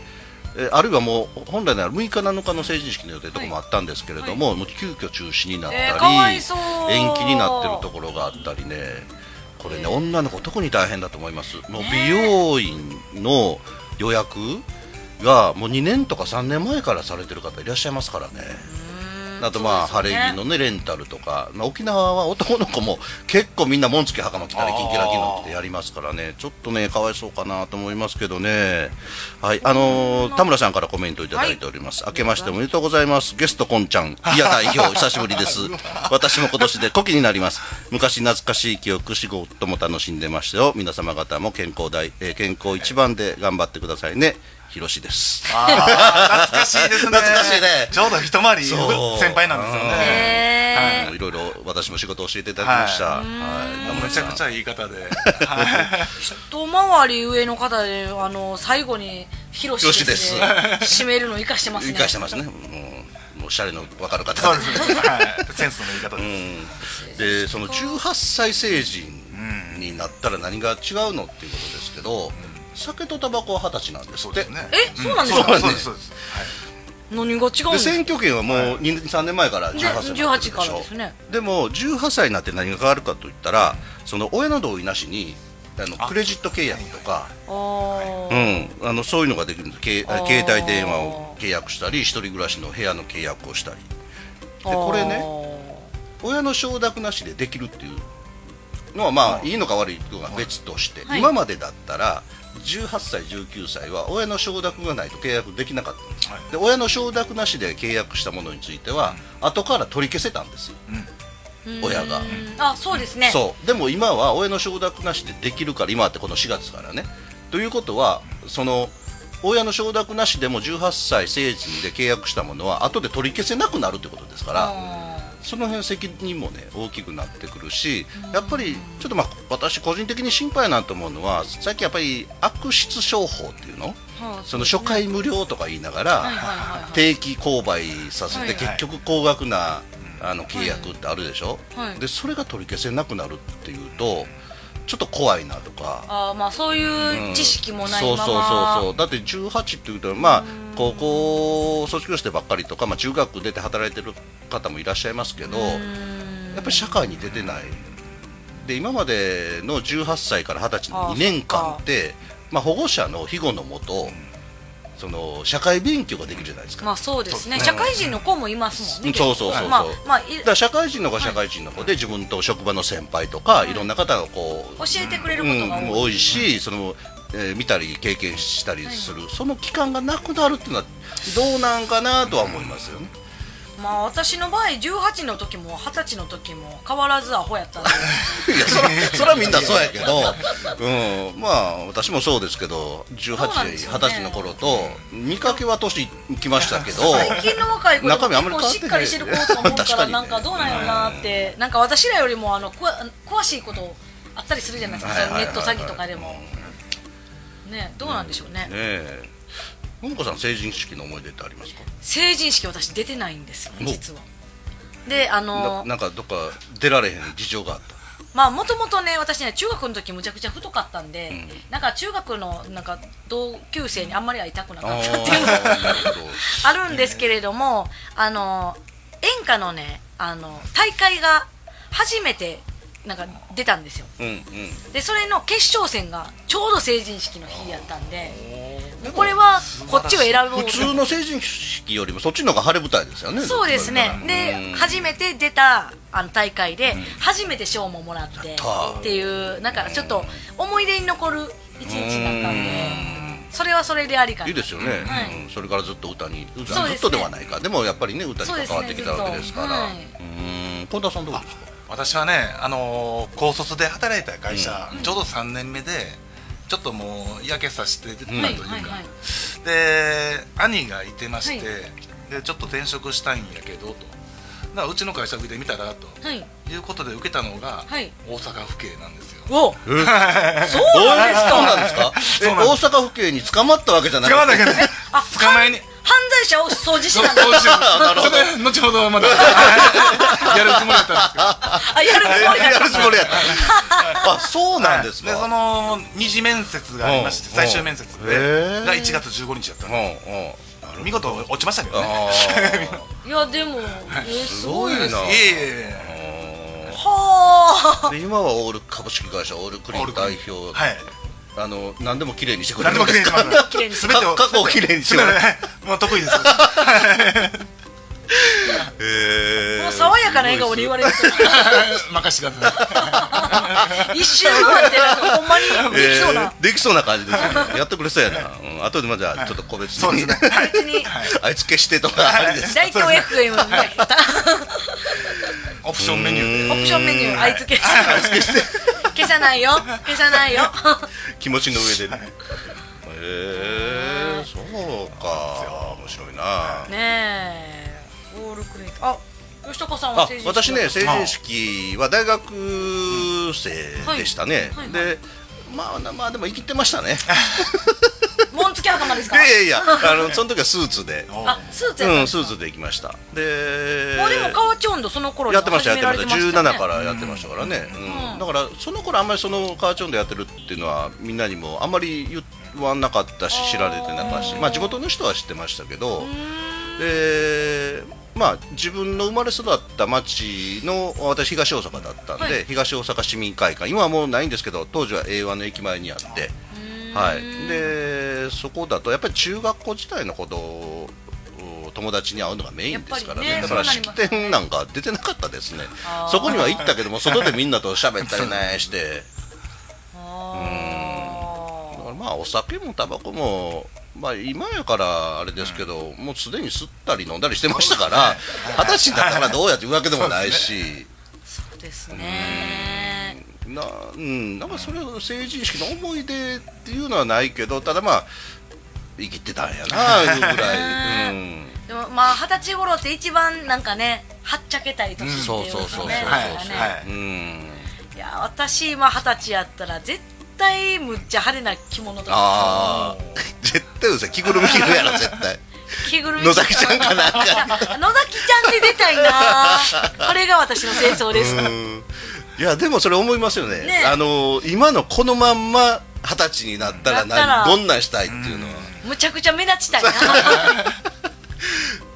Speaker 1: えあるいはもう本来なら6日7日の成人式の予定とかもあったんですけれども、もう急遽中止になったり、
Speaker 2: えーかわいそう
Speaker 1: 延期になってるところがあったりねこれね、女の子特に大変だと思いますもう美容院の予約がもう2年とか3年前からされてる方いらっしゃいますからね。あとまあ
Speaker 2: そう
Speaker 1: 晴
Speaker 2: です
Speaker 1: れ
Speaker 2: よね
Speaker 1: 着のねレンタルとか、まあ、沖縄は男の子も結構みんな紋付き袴着たりキンキラキンのってやりますからねちょっとねかわいそうかなと思いますけどねはいあのー田村さんからコメントいただいております、明けましておめでとうございますゲストこんちゃ んいや代表久しぶりです私も今年で古希になります昔懐かしい記憶仕事も楽しんでましたよ皆様方も健康大、えー健康一番で頑張ってくださいねひろしです
Speaker 3: あー懐かしいですね
Speaker 1: 懐かしいね
Speaker 3: ちょうど一回り
Speaker 1: そう
Speaker 3: 先輩なんですよね
Speaker 2: へ
Speaker 1: あのいろいろ私も仕事を教えていただきました。はい。
Speaker 3: めちゃくちゃいい方で、
Speaker 2: 一回り上の方であの最後にヒロシです,、ね、締めるの生かしてますね
Speaker 1: 生かしてますね。もうもうおしゃれのわかる方。
Speaker 3: そうですねはい、センスのいい方です、
Speaker 1: でその18歳成人になったら何が違うのっていうことですけど、酒とタバコは二十歳なんです
Speaker 3: そう
Speaker 1: っ
Speaker 3: で
Speaker 1: て
Speaker 3: すね
Speaker 2: えそうなんです
Speaker 3: そう
Speaker 2: か、
Speaker 3: で
Speaker 1: ね
Speaker 3: すそうですそうです
Speaker 2: 何が違うんです
Speaker 1: で
Speaker 2: か
Speaker 1: 選挙権はもう2 3年前から18歳になってるでし
Speaker 2: 18から
Speaker 1: ょ
Speaker 2: ですね
Speaker 1: でも18歳になって何が変わるかといったらその親の同意なしにあのクレジット契約とか
Speaker 2: あー
Speaker 1: うん、あのそういうのができるんですけ
Speaker 2: あー
Speaker 1: 携帯電話を契約したり一人暮らしの部屋の契約をしたりで
Speaker 2: あー
Speaker 1: これね親の承諾なしでできるっていうのはまあいいのか悪いのかは別として、
Speaker 2: はい
Speaker 1: 今までだったら18歳19歳は親の承諾がないと契約できなかったんです、
Speaker 3: はい
Speaker 1: で親の承諾なしで契約したものについては、後から取り消せたんですよ、親が。
Speaker 2: うんあそうですね
Speaker 1: そうでも今は親の承諾なしでできるから今ってこの4月からねということはその親の承諾なしでも18歳成人で契約したものは後で取り消せなくなるってことですから
Speaker 2: あ
Speaker 1: その辺責任もね大きくなってくるしやっぱりちょっとまあ私個人的に心配なと思うのは最近やっぱり悪質商法っていうの
Speaker 2: ーはあ
Speaker 1: その初回無料とか言いな
Speaker 2: は
Speaker 1: が
Speaker 2: いはいはい
Speaker 1: ら
Speaker 2: はい
Speaker 1: 定期購買させ
Speaker 2: はい
Speaker 1: て結局高額なあの契約ってあるでしょ、
Speaker 2: はい
Speaker 1: でそれが取り消せなくなるっていうとちょっと怖いなとか
Speaker 2: あーまあそういう知識もない
Speaker 1: そう
Speaker 2: ま
Speaker 1: そ
Speaker 2: ま、
Speaker 1: うそうそうだって18っていうとまあ高校を卒業してばっかりとか、まあ、中学出て働いてる方もいらっしゃいますけどやっぱり社会に出てないで今までの18歳から20歳
Speaker 2: あ
Speaker 1: の
Speaker 2: ー
Speaker 1: 2年間ってまあ、保護者の庇護のもとその社会勉強ができるじゃないですか。
Speaker 2: まあそうですね
Speaker 3: そう
Speaker 2: 社会人の子もいますもんね
Speaker 1: そうそうそうそう
Speaker 2: まあまあい
Speaker 1: だから社会人の子は社会人の子で自分と職場の先輩とかいろんな方がこう
Speaker 2: 教えてくれる
Speaker 1: う
Speaker 2: ことが
Speaker 1: ん、
Speaker 2: 多い、
Speaker 1: 多いし、その、えー見たり経験したりする、その期間がなくなるっていうのはどうなんかなとは思いますよね。
Speaker 2: まあ私の場合18の時も20歳の時も変わらずアホやったんで
Speaker 1: いやそらそらみんなそうやけど、うん、まあ私もそうですけど18
Speaker 2: そうなんです
Speaker 1: 歳、
Speaker 2: よね
Speaker 1: 20歳の頃と見かけは年いきましたけど。
Speaker 2: 最近の若い子
Speaker 1: 中身あん
Speaker 2: 結構
Speaker 1: まり変わっ
Speaker 2: してっ
Speaker 1: ない
Speaker 2: かりしてる子と思う
Speaker 1: 確
Speaker 2: か
Speaker 1: からにね
Speaker 2: なんかどうなんやろうなってなんか私らよりもあの詳詳しいことあったりするじゃないですか、
Speaker 1: はいはいはいはい
Speaker 2: そのネット詐欺とかでも、ねどうなんでしょうね、
Speaker 1: ねえ、ももこさん成人式の思い出ってありますか？
Speaker 2: 成人式私出てないんですよ
Speaker 1: お
Speaker 2: 実はであの
Speaker 1: ななんかどっか出られへん事情があった。
Speaker 2: まあもともとね私ね中学の時むちゃくちゃ太かったんで、なんか中学のなんか同級生にあんまり会いたくな かったっていうのが
Speaker 1: あーなるほ ど
Speaker 2: あるんですけれども、あの演歌のねあの大会が初めてなんか出たんですよ
Speaker 1: うんうん。
Speaker 2: でそれの決勝戦がちょうど成人式の日やったんでこれはこっちを選ぶ
Speaker 1: 普通の成人式よりもそっちの方が晴れ舞台ですよね。
Speaker 2: そうですね
Speaker 1: うん
Speaker 2: で初めて出たあの大会で初めて賞ももらって
Speaker 1: た
Speaker 2: っていうなんかちょっと思い出に残る一日だったんでそれはそれでありかない
Speaker 1: いですよね、
Speaker 2: はい
Speaker 1: うんそれからずっと歌に歌
Speaker 2: そうですね
Speaker 1: ずっとではないかでもやっぱりね歌に
Speaker 2: そうです
Speaker 1: 関
Speaker 2: ね
Speaker 1: わってきたわけですから
Speaker 2: ずっ
Speaker 1: うん近田さんどうですか
Speaker 3: 私はね、あのー高卒で働いた会社、ちょうど3年目でちょっともう嫌気させてたというか、
Speaker 2: はいはいはい
Speaker 3: で兄がいてまして、
Speaker 2: は
Speaker 3: でちょっと転職したいんやけどとだからうちの会社受けてみたらと、
Speaker 2: はい
Speaker 3: い、うことで受けたのが、
Speaker 2: はい
Speaker 3: 大阪府警なんですよ
Speaker 2: おそうなんです
Speaker 1: そうなん
Speaker 2: か
Speaker 1: ですか
Speaker 3: うなんで
Speaker 1: え大阪府警に捕まったわけじゃない
Speaker 3: 捕まんないけど
Speaker 2: あ
Speaker 3: 捕まえに
Speaker 2: 犯罪者を掃除し
Speaker 3: そ う
Speaker 2: なんだ
Speaker 3: そうしよう それ後ほどまだやるつもりだったんですけど
Speaker 2: あやるつもりだ
Speaker 1: やるつもりやった あそうなんですか、
Speaker 3: はいその二次面接がありまして
Speaker 1: うん
Speaker 3: 最終面接
Speaker 1: へ
Speaker 3: で
Speaker 1: ー
Speaker 3: が1月15日だったんで
Speaker 1: うんうん
Speaker 3: 見事落ちましたけどね
Speaker 1: あ
Speaker 2: いやでもえすごいです
Speaker 1: すごー
Speaker 3: いえいえ
Speaker 2: は
Speaker 1: ーで今はオール株式会社オールクリーン代表、
Speaker 3: はい
Speaker 1: あの何でも綺麗にしてくれ
Speaker 3: 何
Speaker 1: る
Speaker 3: で
Speaker 1: ん
Speaker 3: も
Speaker 1: で
Speaker 3: 綺麗
Speaker 1: す
Speaker 3: に
Speaker 2: 綺麗に
Speaker 1: か
Speaker 3: します全てを
Speaker 1: 過去を綺麗にします
Speaker 3: すもう得意です
Speaker 2: あもう爽やかな笑顔で言われると
Speaker 3: 任せてください
Speaker 2: 一周回ってなんかほんまにできそうな
Speaker 1: えーできそうな感じですよねやってくれそうやな、うん、後でまあじゃあちょっと個別
Speaker 3: そうで
Speaker 1: に、
Speaker 3: すね
Speaker 2: 別に
Speaker 1: あいつ消してとかあれです
Speaker 2: 大東 FM みたいな
Speaker 3: オプションメニューで
Speaker 2: オプションメニュー、あいつ消して。消さないよ、消さないよ。
Speaker 1: 気持ちの上でね。へえ、そうか。面白いな。
Speaker 2: ねえ、オールクレイト。あ、吉高さんは
Speaker 1: あ
Speaker 2: 成人式
Speaker 1: 私ね
Speaker 2: は
Speaker 1: 成人式は大学生でしたね、
Speaker 2: はいはい
Speaker 1: でまあなまあでも生きてまし たね
Speaker 2: 紋付き頭です
Speaker 1: い
Speaker 2: か
Speaker 1: やいやいやあのその時はスーツで
Speaker 2: あスーツやった
Speaker 1: うんん
Speaker 2: です
Speaker 1: ス
Speaker 2: か
Speaker 1: ーツで行きましたで
Speaker 2: もうでも河内温度その頃に
Speaker 1: やってましたやっ
Speaker 2: 始めら
Speaker 1: てま
Speaker 2: れ
Speaker 1: し
Speaker 2: てました
Speaker 1: た
Speaker 2: よね
Speaker 1: 17からやってましたからね、うん
Speaker 2: うん
Speaker 1: だからその頃あんまりそのカーチョンでやってるっていうのはみんなにもあんまり言わなかったし知られてなかったしまあ地元の人は知ってましたけどでまあ自分の生まれ育った町の私東大阪だったんで、
Speaker 2: はい
Speaker 1: 東大阪市民会館今はもうないんですけど当時は平和の駅前にあってはい、でそこだとやっぱり中学校時代のことを友達に会うのがメインですからね
Speaker 2: やっぱりね
Speaker 1: だから
Speaker 2: そうなり
Speaker 1: 式
Speaker 2: ますね
Speaker 1: 典なんか出てなかったですね
Speaker 2: あー
Speaker 1: そこには行ったけ ども外でみんなと喋ったりねして
Speaker 2: あ
Speaker 1: だ
Speaker 2: ー
Speaker 1: からまあお酒もタバコもまあ今やからあれですけど、もうすでに吸ったり飲んだりしてましたから二十歳になったからどうやって言うわけでもない し。
Speaker 2: そうですね
Speaker 1: なうん、なんかそれは成人式の思い出っていうのはないけどただまあ生きてたんやなぐ らい、うん、
Speaker 2: でもまあ二十歳頃って一番なんかねはっちゃけたい時っていうかね
Speaker 1: うんそうそうそうそう
Speaker 2: なんか
Speaker 3: はい
Speaker 2: ね
Speaker 3: はい
Speaker 1: うん、
Speaker 2: いや私今二十歳やったら絶対むっちゃ派手な着物とか
Speaker 1: ああ絶対うせ着ぐるみ着るやろ絶対
Speaker 2: 着ぐるみ
Speaker 1: 野崎ちゃんかなん
Speaker 2: いや
Speaker 1: か
Speaker 2: 野崎ちゃんで出たいなこれが私の戦争です
Speaker 1: うんいやでもそれ思いますよね
Speaker 2: ね
Speaker 1: あの今のこのまんま二十歳になったらな
Speaker 2: なったら
Speaker 1: どんなんしたいっていうのは
Speaker 2: むちゃくちゃ目立ちたい な
Speaker 1: う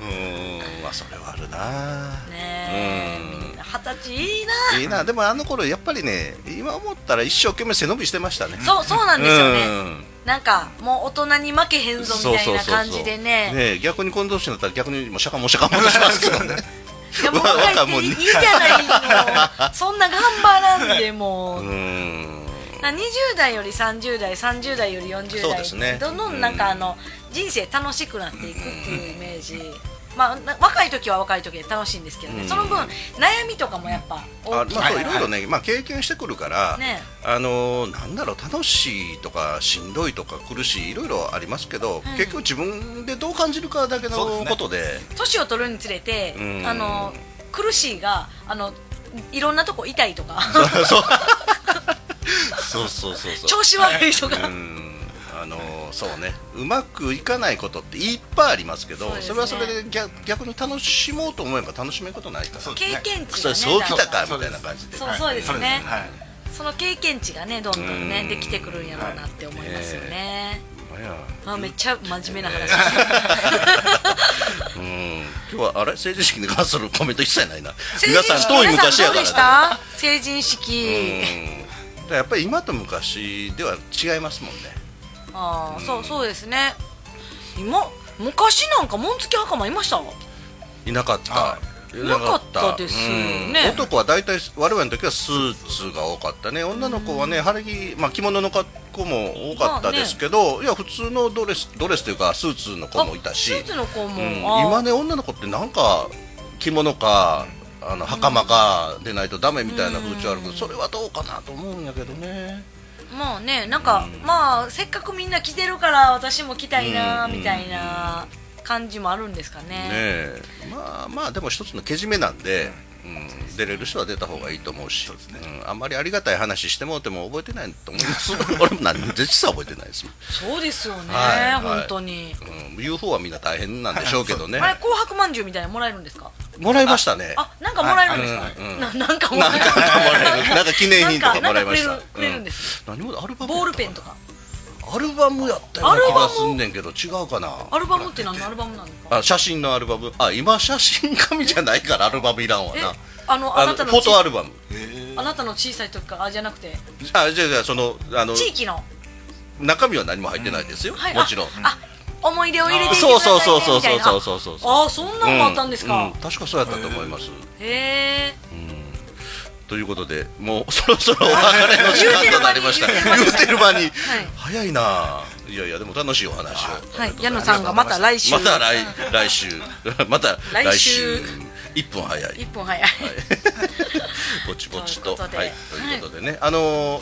Speaker 1: んまあそれはあるな
Speaker 2: ねえみんな二十歳いいない
Speaker 1: いなでもあの頃やっぱりね今思ったら一生懸命背伸びしてましたね
Speaker 2: そうそうなんですよね、
Speaker 1: うん
Speaker 2: なんかもう大人に負けへんぞみたいな感じでね
Speaker 1: ねえ逆に今年になったら逆にもう釈迦も釈迦もとします けどね
Speaker 2: いやもう若いっていいいいじゃないのそんな頑張らんでも
Speaker 1: う
Speaker 2: う
Speaker 1: ーん
Speaker 2: な20代より30代30代より40
Speaker 1: そう
Speaker 2: 代
Speaker 1: ですね
Speaker 2: どんどんなんかあの、人生楽しくなっていくっていうイメージ、まあ、な若い時は若い時で楽しいんですけどね、
Speaker 1: うん
Speaker 2: その分悩みとかもやっぱ
Speaker 1: あ
Speaker 2: 大きい
Speaker 1: まあそう
Speaker 2: はい
Speaker 1: ろいろね、まあ、経験してくるから、
Speaker 2: ね
Speaker 1: あのーなんだろう楽しいとかしんどいとか苦しいいろいろありますけど、結局自分でどう感じるかだけの
Speaker 3: そうですね
Speaker 1: ことで
Speaker 2: 年を取るにつれて、
Speaker 1: うん
Speaker 2: あの苦しいがあのいろんなとこ痛いとか
Speaker 1: そうそうそうそうそう
Speaker 2: 調子悪いとか、
Speaker 1: うーんあのーそうねうまくいかないことっていっぱいありますけど
Speaker 2: そう
Speaker 1: そ,、
Speaker 2: ですね
Speaker 1: れはそれで逆逆に楽しもうと思えば楽しめることないから
Speaker 3: そう
Speaker 2: 経験値
Speaker 1: そ
Speaker 2: が
Speaker 1: れ
Speaker 2: ね
Speaker 1: そうきたか
Speaker 3: そう
Speaker 1: み
Speaker 3: で
Speaker 1: た
Speaker 3: す
Speaker 1: いな感じで
Speaker 2: そうそうですね
Speaker 3: はい
Speaker 2: その経験値がねどんどん
Speaker 1: う
Speaker 2: ね
Speaker 1: ん
Speaker 2: できてくるんやろうなって思いますよね。
Speaker 1: まあ
Speaker 2: まあめっちゃ真面目な話。
Speaker 1: うん今日はあれ成人式に関するコメント一切ないな
Speaker 2: 成人
Speaker 1: 皆
Speaker 2: 式
Speaker 1: さん遠い昔やから、ね、
Speaker 2: 皆さんどうでした成人式。
Speaker 1: うんだからやっぱり今と昔では違いますもんね
Speaker 2: ああそうそうですね。今昔なんか紋付き袴いました。
Speaker 1: いなかった
Speaker 3: はい
Speaker 2: なかったですよね
Speaker 1: うん男は大体我々の時はスーツが多かったね女の子はね晴れ着、まあ、着物の格好も多かったですけど、いや普通のドレスドレスというかスーツの子もいたし
Speaker 2: あスーツの子も。
Speaker 1: うん
Speaker 2: あー
Speaker 1: 今ね女の子ってなんか着物かあの袴かでないとダメみたいな風潮あるけど、それはどうかなと思うんやけどね
Speaker 2: まあねなんか、まあせっかくみんな着てるから私も着たいなみたいな感じもあるんですか
Speaker 1: ね
Speaker 2: ね。
Speaker 1: えまあまあでも一つのけじめなんで、うん、出れる人は出た方がいいと思うしうん、あんまりありがたい話してもうても覚えてないと思います 俺も何実は覚えてないですもん
Speaker 2: そうですよね、
Speaker 1: はいはい
Speaker 2: 本当に。
Speaker 1: うん、UFO はみんな大変なんでしょうけどね
Speaker 2: あれ紅白饅頭みたいなのもらえるんですか。
Speaker 1: もらいましたね
Speaker 2: あ、なんかもらえるんです
Speaker 1: は
Speaker 2: か。
Speaker 1: いうん
Speaker 2: ななんかもら
Speaker 1: なん
Speaker 2: え
Speaker 1: か
Speaker 2: る。
Speaker 1: なんかなんか記念品とかもらいまし
Speaker 2: な
Speaker 1: た
Speaker 2: んかくれるくれるんです。
Speaker 1: うん何もアルバム
Speaker 2: ボールペンとか。
Speaker 1: アルバムやったような気がすんねんけど違うかな
Speaker 2: アルバムって何のアルバムなのか。
Speaker 1: あ写真のアルバムあ今写真紙じゃないからアルバムいらんわ
Speaker 2: え
Speaker 1: な、
Speaker 2: あのあ
Speaker 1: あの
Speaker 2: なたの
Speaker 1: フォトアルバム
Speaker 2: あなたの小さい時からあじゃなくて
Speaker 1: あじゃあじゃあそのあの
Speaker 2: 地域の
Speaker 1: 中身は何も入ってないですよ、
Speaker 2: はいあ
Speaker 1: もちろん
Speaker 2: あ思い出を入れていて
Speaker 1: そう
Speaker 2: くださ
Speaker 1: そうそ
Speaker 2: いうねみ
Speaker 1: そう
Speaker 2: たいな。
Speaker 1: そうそうそうそう
Speaker 2: ああそんなのもあったんです
Speaker 1: う
Speaker 2: か
Speaker 1: ん。確かそうやったと思います、
Speaker 2: へえ。
Speaker 1: ということでもうそろそろお別れの時間となりました
Speaker 2: 言
Speaker 1: 言
Speaker 2: う
Speaker 1: う
Speaker 2: て
Speaker 1: て
Speaker 2: る
Speaker 1: る
Speaker 2: 間
Speaker 1: 間
Speaker 2: に
Speaker 1: に、
Speaker 2: はい
Speaker 1: 早いないやいやでも楽しいお話を
Speaker 2: はい。矢野さんがまた来週。
Speaker 1: また来来週 また
Speaker 2: 来
Speaker 1: 来
Speaker 2: 週
Speaker 1: 週一分早い
Speaker 2: 一分早い。
Speaker 1: ぼちぼちと。
Speaker 2: ということで
Speaker 1: はい、ということでね、あのー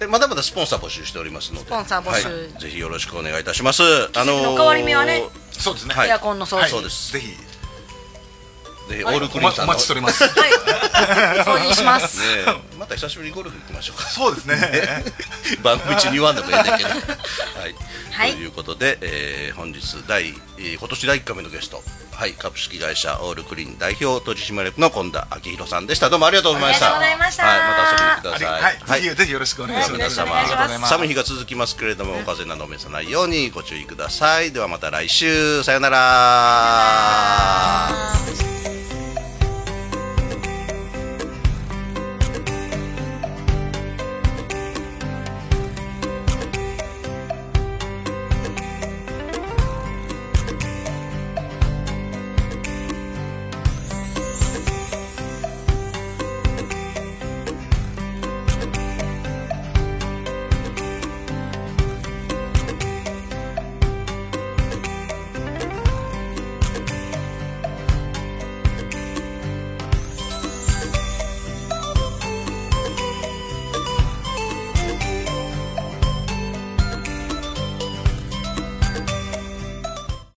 Speaker 1: えまだまだスポンサー募集しておりますので、ス
Speaker 2: ポンサー募集
Speaker 1: はい、ぜひよろしくお願いいたします。あ
Speaker 2: の変わり目はね
Speaker 3: そうですね
Speaker 1: はい
Speaker 2: エアコンの掃
Speaker 1: は
Speaker 2: 除
Speaker 1: い。そうです。
Speaker 3: ぜひ
Speaker 1: でオールク
Speaker 3: お
Speaker 1: リーン
Speaker 3: 待
Speaker 1: さ
Speaker 3: お
Speaker 1: んの
Speaker 3: 待ちしております。
Speaker 2: はい。 掃除します。
Speaker 1: ねえ また久しぶりにゴルフ行きましょう か
Speaker 3: そうですね。
Speaker 1: 番組中に言わんでもいいんだけ ど、はい
Speaker 7: はい
Speaker 1: ということで、えー本日第、えー今年第1回目のゲストはい株式会社オールクリーン代表取締役の近田明弘さんでしたどうもありがとうございました
Speaker 7: ありがとうございました
Speaker 1: はい、また遊びに来
Speaker 3: あ
Speaker 1: てくだ
Speaker 3: り
Speaker 1: さい
Speaker 3: はい。ぜひぜひよろしくお願いします。
Speaker 1: 皆様
Speaker 2: お願いします
Speaker 3: ありがとうござい
Speaker 1: 寒い日が続きますけれども、お風邪など召さないようにご注意くださいではまた来週さよなら